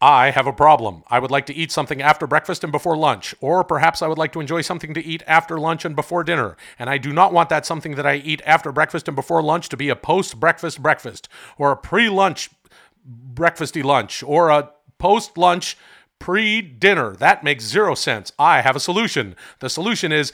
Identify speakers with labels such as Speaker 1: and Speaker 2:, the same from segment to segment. Speaker 1: I have a problem. I would like to eat something after breakfast and before lunch, or perhaps I would like to enjoy something to eat after lunch and before dinner, and I do not want that something that I eat after breakfast and before lunch to be a post breakfast breakfast, or a pre lunch breakfasty lunch, or a post lunch pre dinner. That makes zero sense. I have a solution. The solution is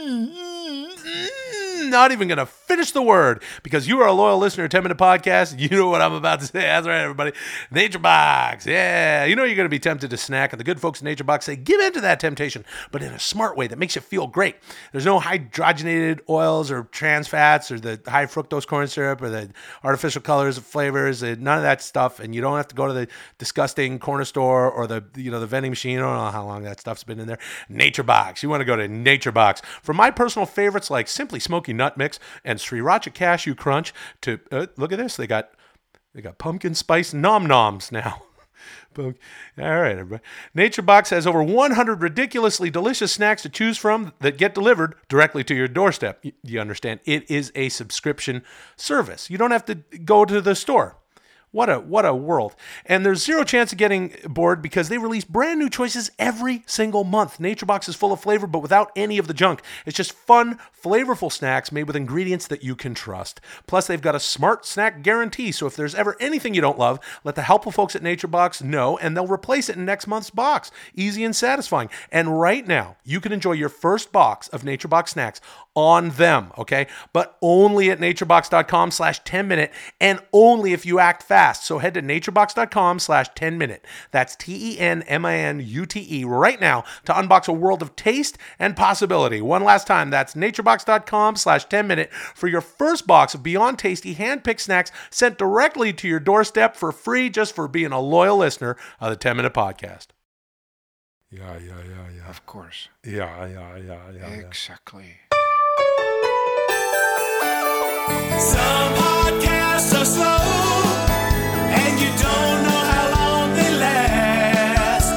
Speaker 1: Mm, not even going to finish the word because you are a loyal listener to 10 Minute Podcast. You know what I'm about to say. That's right, everybody. Nature Box. Yeah. You know you're going to be tempted to snack, and the good folks at Nature Box say, give in to that temptation, but in a smart way that makes you feel great. There's no hydrogenated oils or trans fats or the high fructose corn syrup or the artificial colors of flavors, and none of that stuff. And you don't have to go to the disgusting corner store or the, you know, the vending machine. I don't know how long that stuff's been in there. Nature Box. You want to go to Nature Box. For my personal favorites like Simply Smoky Nut Mix and Sriracha Cashew Crunch to uh, look at this. They got they got pumpkin spice nom noms now. All right, everybody. Nature Box has over 100 ridiculously delicious snacks to choose from that get delivered directly to your doorstep. Y- You understand? It is a subscription service. You don't have to go to the store. What a what a world. And there's zero chance of getting bored because they release brand new choices every single month. Nature Box is full of flavor but without any of the junk. It's just fun, flavorful snacks made with ingredients that you can trust. Plus they've got a smart snack guarantee, so if there's ever anything you don't love, let the helpful folks at Nature Box know and they'll replace it in next month's box. Easy and satisfying. And right now, you can enjoy your first box of Nature Box snacks on them, okay? But only at naturebox.com slash 10 minute and only if you act fast. So head to naturebox.com slash 10 minute. That's T E N M I N U T E right now to unbox a world of taste and possibility. One last time, that's naturebox.com slash 10 minute for your first box of Beyond Tasty hand picked snacks sent directly to your doorstep for free just for being a loyal listener of the 10 minute podcast. Yeah, yeah, yeah, yeah.
Speaker 2: Of course.
Speaker 1: Yeah, yeah, yeah, yeah.
Speaker 2: Exactly.
Speaker 3: Some podcasts are slow, and you don't know how long they last.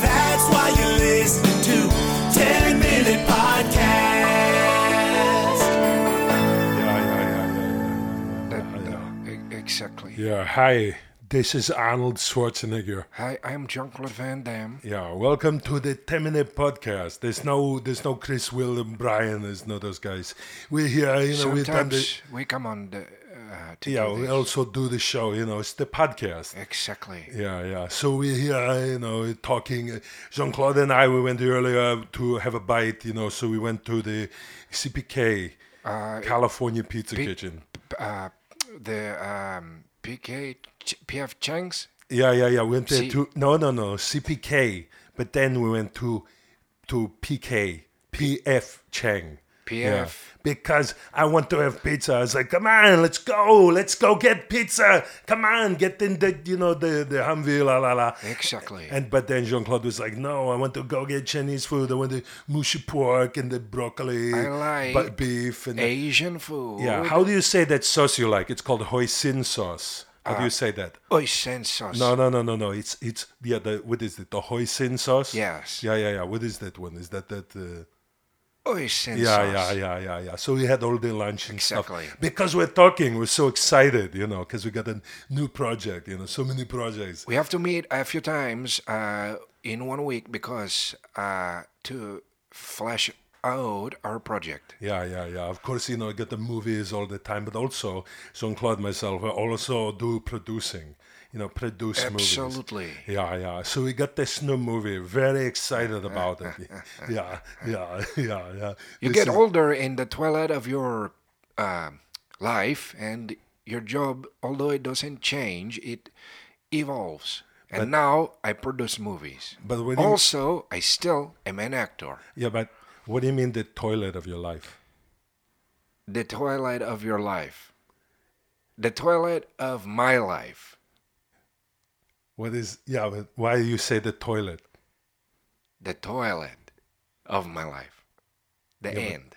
Speaker 3: That's why you listen to 10 Minute Podcast.
Speaker 2: That- e- exactly.
Speaker 4: Yeah, hi. This is Arnold Schwarzenegger.
Speaker 2: Hi, I'm Jean-Claude Van Damme.
Speaker 4: Yeah, welcome to the 10 minute podcast. There's no there's no Chris Will and Brian, there's no those guys. We're here, you know, we've done the,
Speaker 2: Sometimes we come on the. Uh, to
Speaker 4: yeah,
Speaker 2: do
Speaker 4: we
Speaker 2: this.
Speaker 4: also do the show, you know, it's the podcast.
Speaker 2: Exactly.
Speaker 4: Yeah, yeah. So we're here, you know, talking. Jean Claude and I, we went earlier to have a bite, you know, so we went to the CPK, California Pizza Kitchen.
Speaker 2: P- Uh, the um, PK Ch- PF Chang's.
Speaker 4: Yeah, yeah, yeah. We went there
Speaker 2: C-
Speaker 4: to no, no, no CPK, but then we went to to PK PF Chang. Yeah.
Speaker 2: PF.
Speaker 4: Because I want to have pizza. I was like, come on, let's go, let's go get pizza. Come on, get in the you know the the Humvee, la la la.
Speaker 2: Exactly.
Speaker 4: And but then Jean Claude was like, no, I want to go get Chinese food. I want the mushy pork and the broccoli,
Speaker 2: I like
Speaker 4: but beef and the-
Speaker 2: Asian food.
Speaker 4: yeah. How do you say that sauce you like? It's called hoisin sauce. How do you
Speaker 2: Uh,
Speaker 4: say that?
Speaker 2: Oyster sauce.
Speaker 4: No, no, no, no, no. It's it's yeah. The what is it? The hoisin sauce.
Speaker 2: Yes.
Speaker 4: Yeah, yeah, yeah. What is that one? Is that that? Uh,
Speaker 2: Oyster
Speaker 4: yeah,
Speaker 2: sauce.
Speaker 4: yeah, yeah, yeah, yeah. So we had all the lunch and
Speaker 2: Exactly.
Speaker 4: stuff because we're talking. We're so excited, you know, because we got a new project. You know, so many projects.
Speaker 2: We have to meet a few times uh, in one week because uh, to flesh out our project.
Speaker 4: Yeah, yeah, yeah. Of course, you know, I get the movies all the time, but also Jean Claude myself I also do producing. You know, produce movies.
Speaker 2: Absolutely.
Speaker 4: Yeah, yeah. So we got this new movie. Very excited about it. Yeah, yeah, yeah, yeah.
Speaker 2: You
Speaker 4: This
Speaker 2: get
Speaker 4: is-
Speaker 2: older in the twilight of your um life, and your job, although it doesn't change, it evolves. And now I produce movies.
Speaker 4: But when you-
Speaker 2: also, I still am an actor.
Speaker 4: Yeah, but what do you mean the toilet of your life?
Speaker 2: The twilight of your life, the twilight of my life,
Speaker 4: What is yeah? But why you say the toilet?
Speaker 2: the twilight of my life, the end,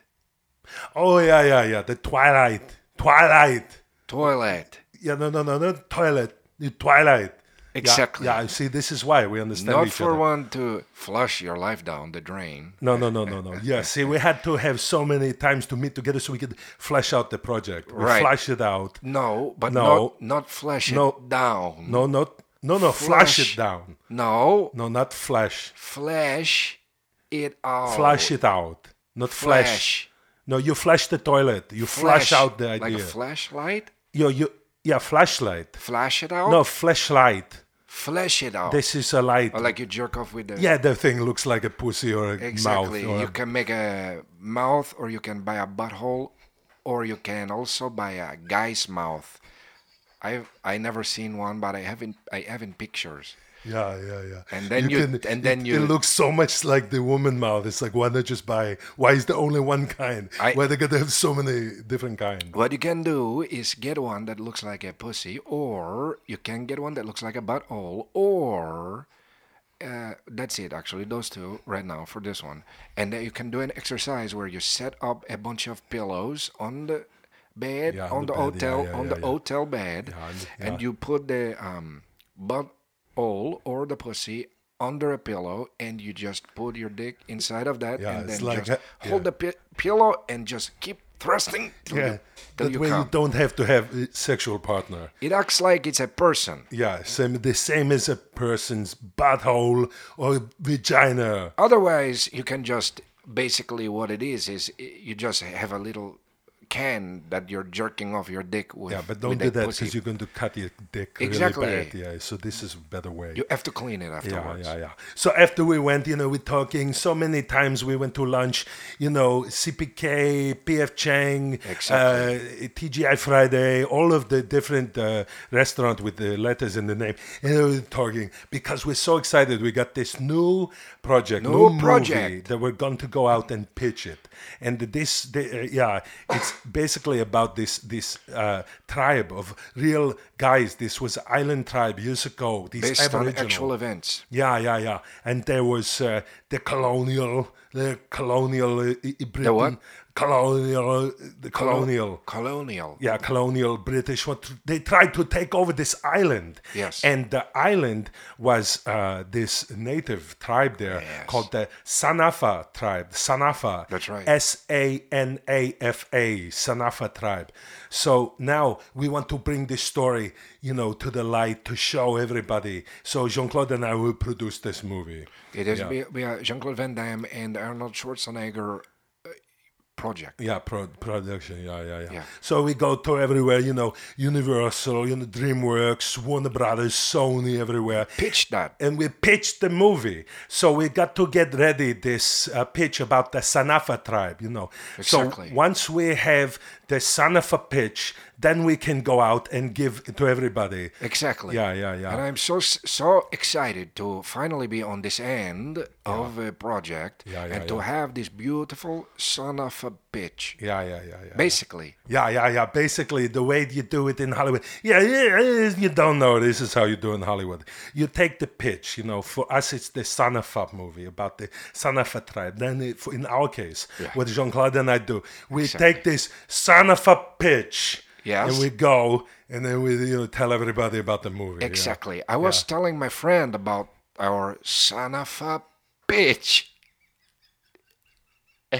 Speaker 4: Oh yeah, yeah, yeah. The twilight, twilight.
Speaker 2: twilight.
Speaker 4: Yeah, no, no, no, not toilet. The twilight.
Speaker 2: Exactly.
Speaker 4: Yeah, I see, this is why we understand
Speaker 2: Not
Speaker 4: each
Speaker 2: for
Speaker 4: other.
Speaker 2: one to flush your life down the drain.
Speaker 4: No, no, no, no, no. Yeah, see, we had to have so many times to meet together so we could flesh out the project. We
Speaker 2: Right.
Speaker 4: flesh it out.
Speaker 2: No, but
Speaker 4: No.
Speaker 2: not not flush
Speaker 4: No.
Speaker 2: it down.
Speaker 4: No, no, no, no.
Speaker 2: Flesh.
Speaker 4: Flash it down.
Speaker 2: No,
Speaker 4: No, not flash.
Speaker 2: flash it out.
Speaker 4: Flash it out. Not flash.
Speaker 2: Flash.
Speaker 4: No, you flash the toilet. You flash, out the idea.
Speaker 2: Like a flashlight.
Speaker 4: Yo, you, yeah, flashlight.
Speaker 2: Flash it out.
Speaker 4: No, flashlight.
Speaker 2: Flash it out.
Speaker 4: This is a light.
Speaker 2: or like you jerk off with the.
Speaker 4: yeah, the thing looks like a pussy or a
Speaker 2: Exactly.
Speaker 4: mouth. uh, Or
Speaker 2: you
Speaker 4: a-
Speaker 2: can make a mouth, or you can buy a butthole, or you can also buy a guy's mouth. I've I never seen one, but I haven't I haven't pictures.
Speaker 4: yeah, yeah, yeah.
Speaker 2: And then you- and then
Speaker 4: it,
Speaker 2: you-
Speaker 4: It looks so much like the woman mouth. It's like why not just buy? Why is there only one kind?
Speaker 2: I-
Speaker 4: why they gotta have so many different kinds?
Speaker 2: What you can do is get one that looks like a pussy, or you can get one that looks like a butthole, or uh, that's it actually, those two right now for this one. And then you can do an exercise where you set up a bunch of pillows on the bed,
Speaker 4: Yeah,
Speaker 2: on the,
Speaker 4: bed, yeah,
Speaker 2: hotel,
Speaker 4: yeah,
Speaker 2: on
Speaker 4: yeah,
Speaker 2: the
Speaker 4: yeah.
Speaker 2: hotel bed,
Speaker 4: and-
Speaker 2: and you put the um, butthole or the pussy under a pillow and you just put your dick inside of that
Speaker 4: Yeah,
Speaker 2: and
Speaker 4: it's
Speaker 2: then
Speaker 4: like
Speaker 2: just
Speaker 4: a-
Speaker 2: hold
Speaker 4: yeah.
Speaker 2: the pi- pillow and just keep thrusting till
Speaker 4: Yeah,
Speaker 2: you, till
Speaker 4: that
Speaker 2: you
Speaker 4: way
Speaker 2: come.
Speaker 4: you don't have to have a sexual partner.
Speaker 2: It acts like it's a person.
Speaker 4: Yeah, same the same as a person's butthole or vagina.
Speaker 2: Otherwise, you can just basically what it is is i- you just have a little can that you're jerking off your dick with.
Speaker 4: Yeah, but
Speaker 2: with
Speaker 4: don't do that
Speaker 2: pussy.
Speaker 4: because you're going to cut your dick
Speaker 2: Exactly.
Speaker 4: really bad. Yeah, so this is a better way.
Speaker 2: You have to clean it
Speaker 4: yeah,
Speaker 2: afterwards.
Speaker 4: yeah, yeah. So after we went, you know, we're talking so many times. We went to lunch, you know, CPK, PF Chang,
Speaker 2: Exactly.
Speaker 4: uh, TGI Friday, all of the different uh, restaurant with the letters in the name. And we were talking because we're so excited. We got this new project,
Speaker 2: New
Speaker 4: movie
Speaker 2: project.
Speaker 4: that we're going to go out and pitch it. And this, the, uh, yeah, it's basically about this this uh, tribe of real guys. This was island tribe years ago. These
Speaker 2: Based on
Speaker 4: Aboriginal.
Speaker 2: actual events.
Speaker 4: Yeah, yeah, yeah. And there was uh, the colonial, the colonial uh, I- Britain,
Speaker 2: what?
Speaker 4: colonial, uh, the colonial.
Speaker 2: Colonial.
Speaker 4: Yeah, colonial British. What they tried to take over this island.
Speaker 2: Yes.
Speaker 4: And the island was uh, this native tribe there
Speaker 2: Yes.
Speaker 4: called the Sanafa tribe. Sanafa.
Speaker 2: That's right.
Speaker 4: S A N A F A. Sanafa tribe. So now we want to bring this story, you know, to the light to show everybody. So Jean Claude and I will produce this movie.
Speaker 2: It is we, we are Jean Claude Van Damme and Arnold Schwarzenegger uh, project.
Speaker 4: Yeah, pro- production. Yeah, yeah, yeah,
Speaker 2: Yeah.
Speaker 4: So we go to everywhere, you know, Universal, you know, DreamWorks, Warner Brothers, Sony, everywhere.
Speaker 2: Pitch that.
Speaker 4: and we pitched the movie. So we got to get ready this uh, pitch about the Sanafa tribe, you know.
Speaker 2: Exactly.
Speaker 4: So once we have the Sanafa pitch, then we can go out and give it to everybody.
Speaker 2: Exactly.
Speaker 4: Yeah, yeah, yeah.
Speaker 2: And I'm so s- so excited to finally be on this end of a project
Speaker 4: Yeah, yeah,
Speaker 2: and to
Speaker 4: yeah.
Speaker 2: have this beautiful son of a bitch.
Speaker 4: yeah, Oh, yeah, yeah, yeah.
Speaker 2: Basically,
Speaker 4: yeah, yeah, yeah. Basically, the way you do it in Hollywood. Yeah, yeah, yeah, you don't know. This is how you do in Hollywood. You take the pitch. You know, for us, it's the Sanafa movie about the Sanafa tribe. Then, it, for, in our case, what Jean Claude and I do, we take this Sanafa pitch.
Speaker 2: Yes.
Speaker 4: And we go, and then we you know, tell everybody about the movie. yeah.
Speaker 2: exactly. I was telling my friend about our son of a bitch, Eh.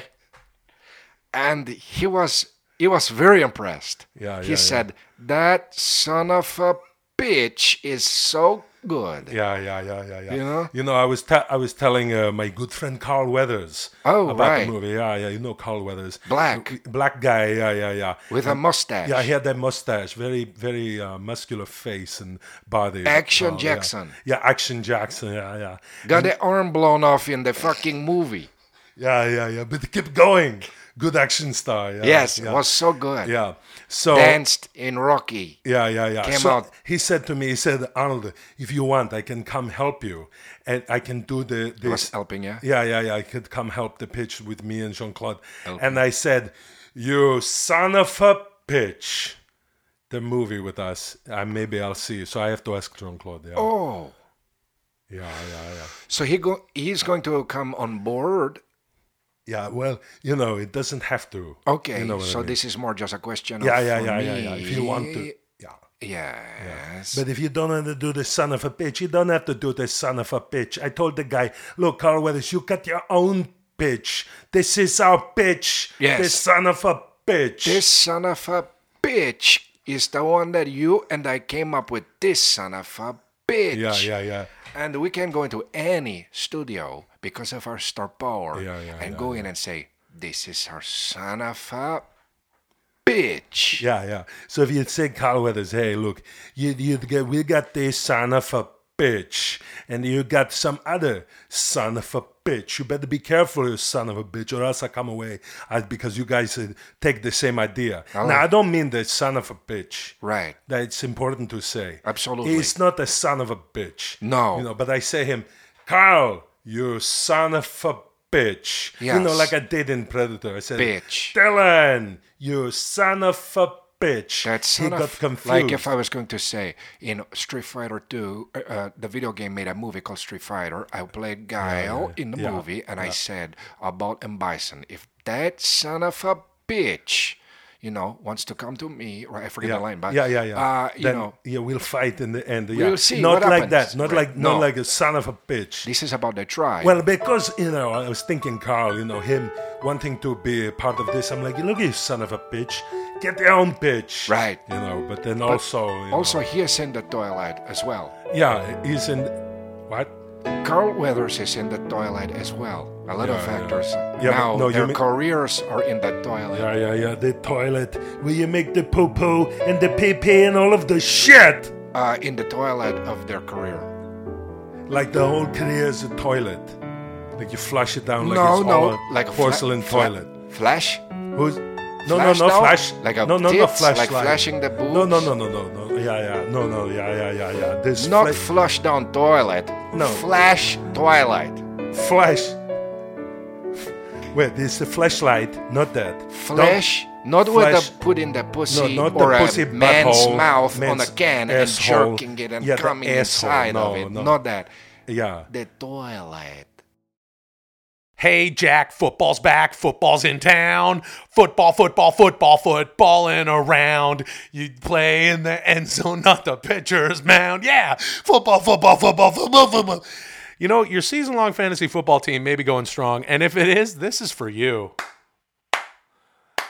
Speaker 2: and he was he was very impressed.
Speaker 4: Yeah,
Speaker 2: he
Speaker 4: yeah, yeah.
Speaker 2: said that son of a bitch is so good.
Speaker 4: Yeah, yeah, yeah, yeah, yeah.
Speaker 2: You know?
Speaker 4: I was te- I was telling uh, my good friend Carl Weathers
Speaker 2: Oh,
Speaker 4: about
Speaker 2: right.
Speaker 4: the movie. Yeah, yeah, you know Carl Weathers.
Speaker 2: Black.
Speaker 4: Black guy. Yeah, yeah, yeah.
Speaker 2: With a mustache.
Speaker 4: Yeah, he had that mustache, very, very uh, muscular face and body. Oh,
Speaker 2: Action
Speaker 4: yeah.
Speaker 2: Jackson.
Speaker 4: Yeah. Action Jackson. Yeah, yeah,
Speaker 2: Got the arm blown off in the fucking movie.
Speaker 4: yeah, yeah, yeah. But keep going. Good action star. Yeah,
Speaker 2: Yes,
Speaker 4: Uh, yeah.
Speaker 2: it was so good.
Speaker 4: Yeah. Oh. So.
Speaker 2: Danced in Rocky.
Speaker 4: yeah, yeah, yeah.
Speaker 2: came
Speaker 4: so
Speaker 2: out.
Speaker 4: He said to me, he said, Arnold, if you want, I can come help you, and I can do the
Speaker 2: It was
Speaker 4: this.
Speaker 2: helping you.
Speaker 4: Yeah, yeah, yeah. I could come help the pitch with me and Jean Claude. And I said, You son of a pitch. The movie with us. Uh, maybe I'll see. So I have to ask Jean Claude. Yeah.
Speaker 2: Oh,
Speaker 4: yeah, yeah, yeah.
Speaker 2: so he go he's going to come on board.
Speaker 4: Yeah, well, you know, it doesn't have to.
Speaker 2: Okay,
Speaker 4: You know what I
Speaker 2: so
Speaker 4: mean.
Speaker 2: this is more just a question.
Speaker 4: Yeah,
Speaker 2: of
Speaker 4: yeah,
Speaker 2: for
Speaker 4: yeah,
Speaker 2: me.
Speaker 4: yeah, yeah. If you want to. Yeah.
Speaker 2: Yes.
Speaker 4: But if you don't want to do the son of a pitch, you don't have to do the son of a pitch. I told the guy, look, Carl Weathers, you got your own pitch. This is our pitch.
Speaker 2: Yes.
Speaker 4: The son of a pitch.
Speaker 2: This son of a bitch is the one that you and I came up with. This son of a bitch.
Speaker 4: Yeah, yeah, yeah.
Speaker 2: And we can go into any studio because of our star power
Speaker 4: Yeah, yeah,
Speaker 2: and
Speaker 4: yeah,
Speaker 2: go in and say, This is our son of a bitch.
Speaker 4: Yeah, yeah. So if you say Carl Weathers, hey, look, you you get we got this son of a bitch, and you got some other son of a bitch. You better be careful, you son of a bitch, or else I come away I, because you guys uh, take the same idea. Now I don't mean the son of a bitch.
Speaker 2: Right.
Speaker 4: That it's important to say.
Speaker 2: Absolutely.
Speaker 4: he's not a son of a bitch.
Speaker 2: No.
Speaker 4: you know. But I say him, Carl, you son of a bitch. You know,
Speaker 2: Yes.
Speaker 4: like I did in Predator. I said,
Speaker 2: Bitch.
Speaker 4: Dylan, you son of a bitch.
Speaker 2: That's
Speaker 4: he
Speaker 2: son
Speaker 4: got
Speaker 2: of,
Speaker 4: confused.
Speaker 2: like if I was going to say in Street Fighter 2, uh, uh, the video game made a movie called Street Fighter. I played Guile in the
Speaker 4: yeah,
Speaker 2: movie, and I said about M Bison, if that son of a bitch, you know, wants to come to me, or I forget
Speaker 4: yeah.
Speaker 2: the line, but
Speaker 4: yeah, yeah, yeah.
Speaker 2: uh, you
Speaker 4: then
Speaker 2: know,
Speaker 4: yeah, we'll fight in the end. yeah.
Speaker 2: We'll see
Speaker 4: not
Speaker 2: what
Speaker 4: like that.
Speaker 2: happens.
Speaker 4: Not
Speaker 2: Right.
Speaker 4: like not
Speaker 2: No.
Speaker 4: like a son of a bitch.
Speaker 2: this is about the tribe.
Speaker 4: Well, because you know, I was thinking, Carl, you know, him wanting to be a part of this. I'm like, look, you son of a bitch, get your own bitch,
Speaker 2: Right.
Speaker 4: You know, but then also, you
Speaker 2: also,
Speaker 4: know,
Speaker 2: he is in the toilet as well.
Speaker 4: yeah, he's in what?
Speaker 2: Carl Weathers is in the toilet as well. A lot of
Speaker 4: Yeah, yeah.
Speaker 2: actors
Speaker 4: Yeah, but
Speaker 2: now
Speaker 4: no, you
Speaker 2: their
Speaker 4: mean-
Speaker 2: careers are in the toilet.
Speaker 4: Yeah, yeah, yeah, the toilet where you make the poo poo and the pee pee and all of the shit.
Speaker 2: Uh, in the toilet of their career.
Speaker 4: Like the whole career is a toilet. Like you flush it down Oh, like
Speaker 2: no,
Speaker 4: it's
Speaker 2: no,
Speaker 4: all a
Speaker 2: like a fla-
Speaker 4: porcelain
Speaker 2: fla-
Speaker 4: toilet.
Speaker 2: Flash?
Speaker 4: Who's no,
Speaker 2: Flash
Speaker 4: no, no,
Speaker 2: now?
Speaker 4: flash.
Speaker 2: Like a
Speaker 4: no, no, no,
Speaker 2: tits,
Speaker 4: flash.
Speaker 2: like flashing the
Speaker 4: No, no,
Speaker 2: boobs?
Speaker 4: no, no, no, no. Yeah, yeah, no, no, yeah, yeah, yeah, yeah. This
Speaker 2: Not
Speaker 4: fla-
Speaker 2: flush down toilet.
Speaker 4: No.
Speaker 2: Flash toilet.
Speaker 4: flash. Wait, this is a flashlight, not that. Don't-
Speaker 2: Flash, not
Speaker 4: flash-
Speaker 2: with a put in the pussy
Speaker 4: no, not
Speaker 2: or
Speaker 4: the
Speaker 2: a
Speaker 4: pussy
Speaker 2: man's
Speaker 4: butthole,
Speaker 2: mouth on a
Speaker 4: man's
Speaker 2: can
Speaker 4: asshole.
Speaker 2: and jerking it and
Speaker 4: Yeah, the
Speaker 2: coming
Speaker 4: asshole.
Speaker 2: inside
Speaker 4: No,
Speaker 2: of it.
Speaker 4: no.
Speaker 2: Not that.
Speaker 4: Yeah.
Speaker 2: The toilet.
Speaker 1: Hey, Jack, football's back, football's in town. Football, football, football, footballing around. You play in the end zone, not the pitcher's mound. Yeah, football, football, football, football, football. You know, your season long fantasy football team may be going strong, and if it is, this is for you.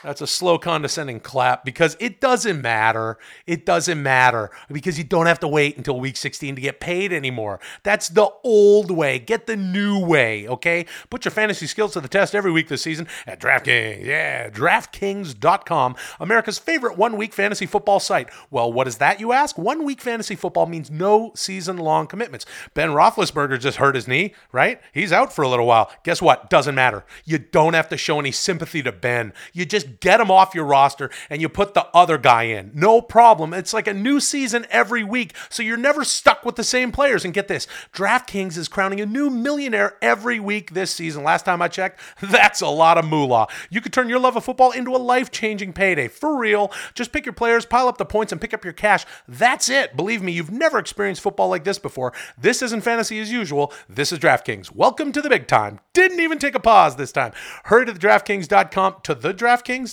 Speaker 1: That's a slow, condescending clap because it doesn't matter. It doesn't matter because you don't have to wait until week 16 to get paid anymore. That's the old way. Get the new way, okay? Put your fantasy skills to the test every week this season at DraftKings. Yeah, DraftKings.com, America's favorite one week fantasy football site. Well, what is that, you ask? One week fantasy football means no season long commitments. Ben Roethlisberger just hurt his knee, right? He's out for a little while. Guess what? Doesn't matter. You don't have to show any sympathy to Ben. You just get him off your roster and you put the other guy in. No problem. It's like a new season every week, so you're never stuck with the same players. And get this DraftKings is crowning a new millionaire every week this season. Last time I checked, that's a lot of moolah. You could turn your love of football into a life changing payday. For real. Just pick your players, pile up the points, and pick up your cash. That's it. Believe me, you've never experienced football like this before. This isn't fantasy as usual. This is DraftKings. Welcome to the big time. Didn't even take a pause this time. Hurry to the DraftKings.com. To the DraftKings.com?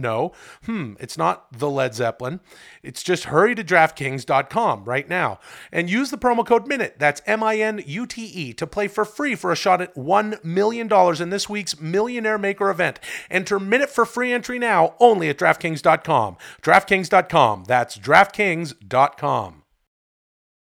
Speaker 1: No. Hmm, it's not the Led Zeppelin. It's just hurry to DraftKings.com right now and use the promo code MINUTE. That's M I N U T E to play for free for a shot at $1 million in this week's Millionaire Maker event. Enter Minute for free entry now only at DraftKings.com. DraftKings.com. That's DraftKings.com.